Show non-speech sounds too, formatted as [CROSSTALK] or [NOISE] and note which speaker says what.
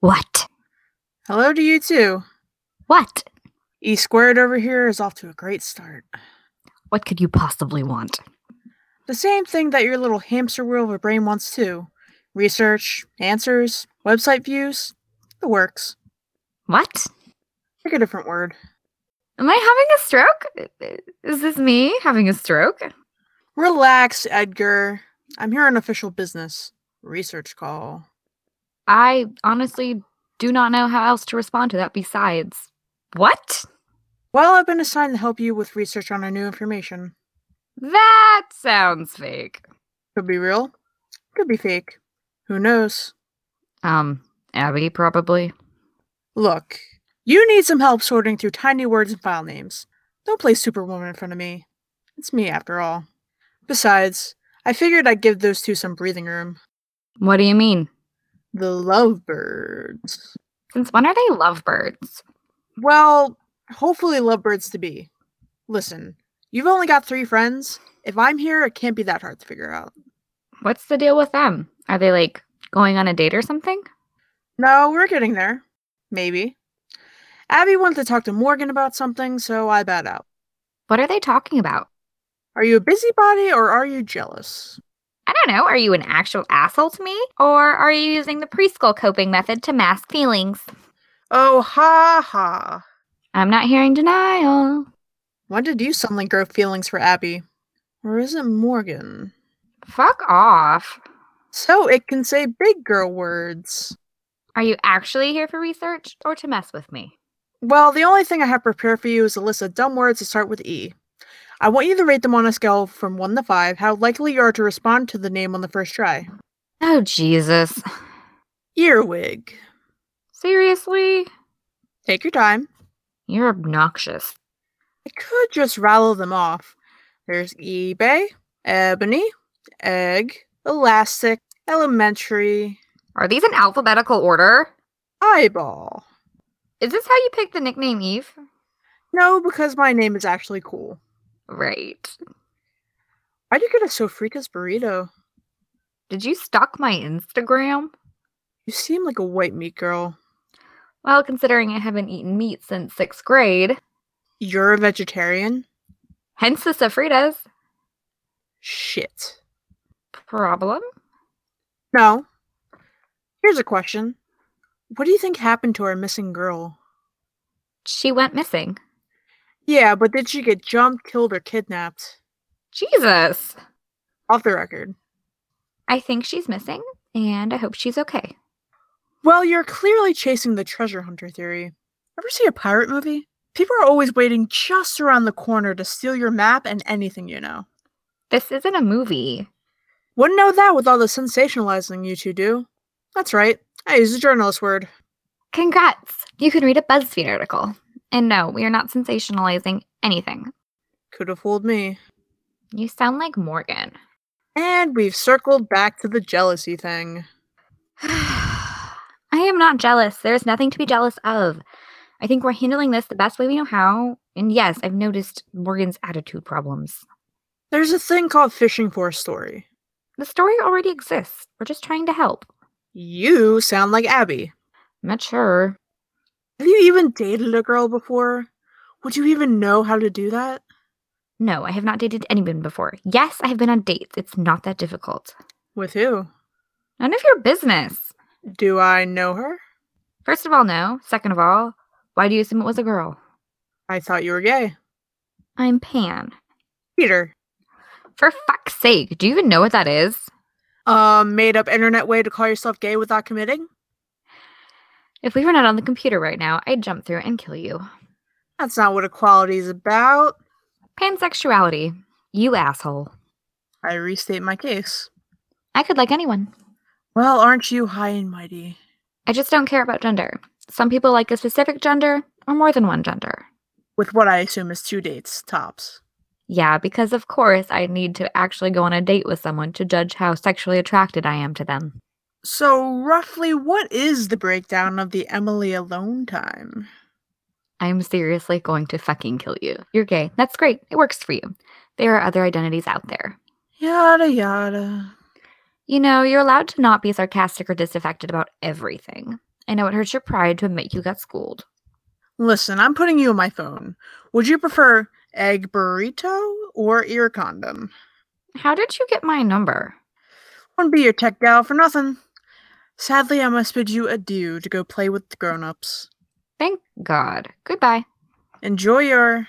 Speaker 1: What?
Speaker 2: Hello to you too.
Speaker 1: What?
Speaker 2: E squared over here is off to a great start.
Speaker 1: What could you possibly want?
Speaker 2: The same thing that your little hamster wheel of a brain wants too research, answers, website views, the works.
Speaker 1: What?
Speaker 2: Pick a different word.
Speaker 1: Am I having a stroke? Is this me having a stroke?
Speaker 2: Relax, Edgar. I'm here on official business. Research call.
Speaker 1: I honestly do not know how else to respond to that besides. What?
Speaker 2: Well, I've been assigned to help you with research on our new information.
Speaker 1: That sounds fake.
Speaker 2: Could be real, could be fake. Who knows?
Speaker 1: Um, Abby, probably.
Speaker 2: Look, you need some help sorting through tiny words and file names. Don't play Superwoman in front of me. It's me, after all. Besides, I figured I'd give those two some breathing room.
Speaker 1: What do you mean?
Speaker 2: The lovebirds.
Speaker 1: Since when are they lovebirds?
Speaker 2: Well, hopefully, lovebirds to be. Listen, you've only got three friends. If I'm here, it can't be that hard to figure out.
Speaker 1: What's the deal with them? Are they like going on a date or something?
Speaker 2: No, we're getting there. Maybe. Abby wanted to talk to Morgan about something, so I bowed out.
Speaker 1: What are they talking about?
Speaker 2: Are you a busybody or are you jealous?
Speaker 1: I don't know. Are you an actual asshole to me? Or are you using the preschool coping method to mask feelings?
Speaker 2: Oh, ha ha.
Speaker 1: I'm not hearing denial.
Speaker 2: When did you suddenly grow feelings for Abby? Or is it Morgan?
Speaker 1: Fuck off.
Speaker 2: So it can say big girl words.
Speaker 1: Are you actually here for research or to mess with me?
Speaker 2: Well, the only thing I have prepared for you is a list of dumb words that start with E. I want you to rate them on a scale from 1 to 5 how likely you are to respond to the name on the first try.
Speaker 1: Oh, Jesus.
Speaker 2: Earwig.
Speaker 1: Seriously?
Speaker 2: Take your time.
Speaker 1: You're obnoxious.
Speaker 2: I could just rattle them off. There's eBay, ebony, egg, elastic, elementary,
Speaker 1: Are these in alphabetical order?
Speaker 2: eyeball.
Speaker 1: Is this how you picked the nickname Eve?
Speaker 2: No, because my name is actually cool.
Speaker 1: Right.
Speaker 2: Why'd you get a Sofritas burrito?
Speaker 1: Did you stalk my Instagram?
Speaker 2: You seem like a white meat girl.
Speaker 1: Well, considering I haven't eaten meat since sixth grade,
Speaker 2: You're a vegetarian?
Speaker 1: hence the sofritas.
Speaker 2: Shit.
Speaker 1: Problem?
Speaker 2: No. Here's a question. What do you think happened to our missing girl?
Speaker 1: She went missing.
Speaker 2: Yeah, but did she get jumped, killed, or kidnapped?
Speaker 1: Jesus!
Speaker 2: Off the record.
Speaker 1: I think she's missing, and I hope she's okay.
Speaker 2: Well, you're clearly chasing the treasure hunter theory. Ever see a pirate movie? People are always waiting just around the corner to steal your map and anything you know.
Speaker 1: This isn't a movie.
Speaker 2: Wouldn't know that with all the sensationalizing you two do. That's right. I use a journalist word.
Speaker 1: Congrats! You can read a BuzzFeed article. And no, we are not sensationalizing anything.
Speaker 2: Could have fooled me.
Speaker 1: You sound like Morgan. [SIGHS]
Speaker 2: And we've circled back to the jealousy thing.
Speaker 1: I am not jealous. There's nothing to be jealous of. I think we're handling this the best way we know how. And yes, I've noticed Morgan's attitude problems.
Speaker 2: There's a thing called fishing for a story.
Speaker 1: The story already exists. We're just trying to help.
Speaker 2: You sound like Abby.
Speaker 1: Mature.
Speaker 2: Have you even dated a girl before? Would you even know how to do that?
Speaker 1: No, I have not dated anyone before. Yes, I have been on dates. It's not that difficult.
Speaker 2: With who?
Speaker 1: None of your business.
Speaker 2: Do I know her?
Speaker 1: First of all, no. Second of all, why do you assume it was a girl?
Speaker 2: I thought you were gay.
Speaker 1: I'm Pan.
Speaker 2: Peter.
Speaker 1: For fuck's sake, do you even know what that is?
Speaker 2: Um, made up internet way to call yourself gay without committing?
Speaker 1: If we were not on the computer right now, I'd jump through and kill you.
Speaker 2: That's not what equality is about.
Speaker 1: Pansexuality. You asshole.
Speaker 2: I restate my case.
Speaker 1: I could like anyone.
Speaker 2: Well, aren't you high and mighty?
Speaker 1: I just don't care about gender. Some people like a specific gender or more than one gender.
Speaker 2: With what I assume is two dates, tops.
Speaker 1: Yeah, because of course I need to actually go on a date with someone to judge how sexually attracted I am to them.
Speaker 2: So, roughly, what is the breakdown of the Emily alone time?
Speaker 1: I'm seriously going to fucking kill you. You're gay. That's great. It works for you. There are other identities out there.
Speaker 2: Yada yada.
Speaker 1: You know, you're allowed to not be sarcastic or disaffected about everything. I know it hurts your pride to admit you got schooled.
Speaker 2: Listen, I'm putting you on my phone. Would you prefer egg burrito or ear condom?
Speaker 1: How did you get my number?
Speaker 2: Won't be your tech gal for nothing. Sadly, I must bid you adieu to go play with the grown ups.
Speaker 1: Thank God. Goodbye.
Speaker 2: Enjoy your.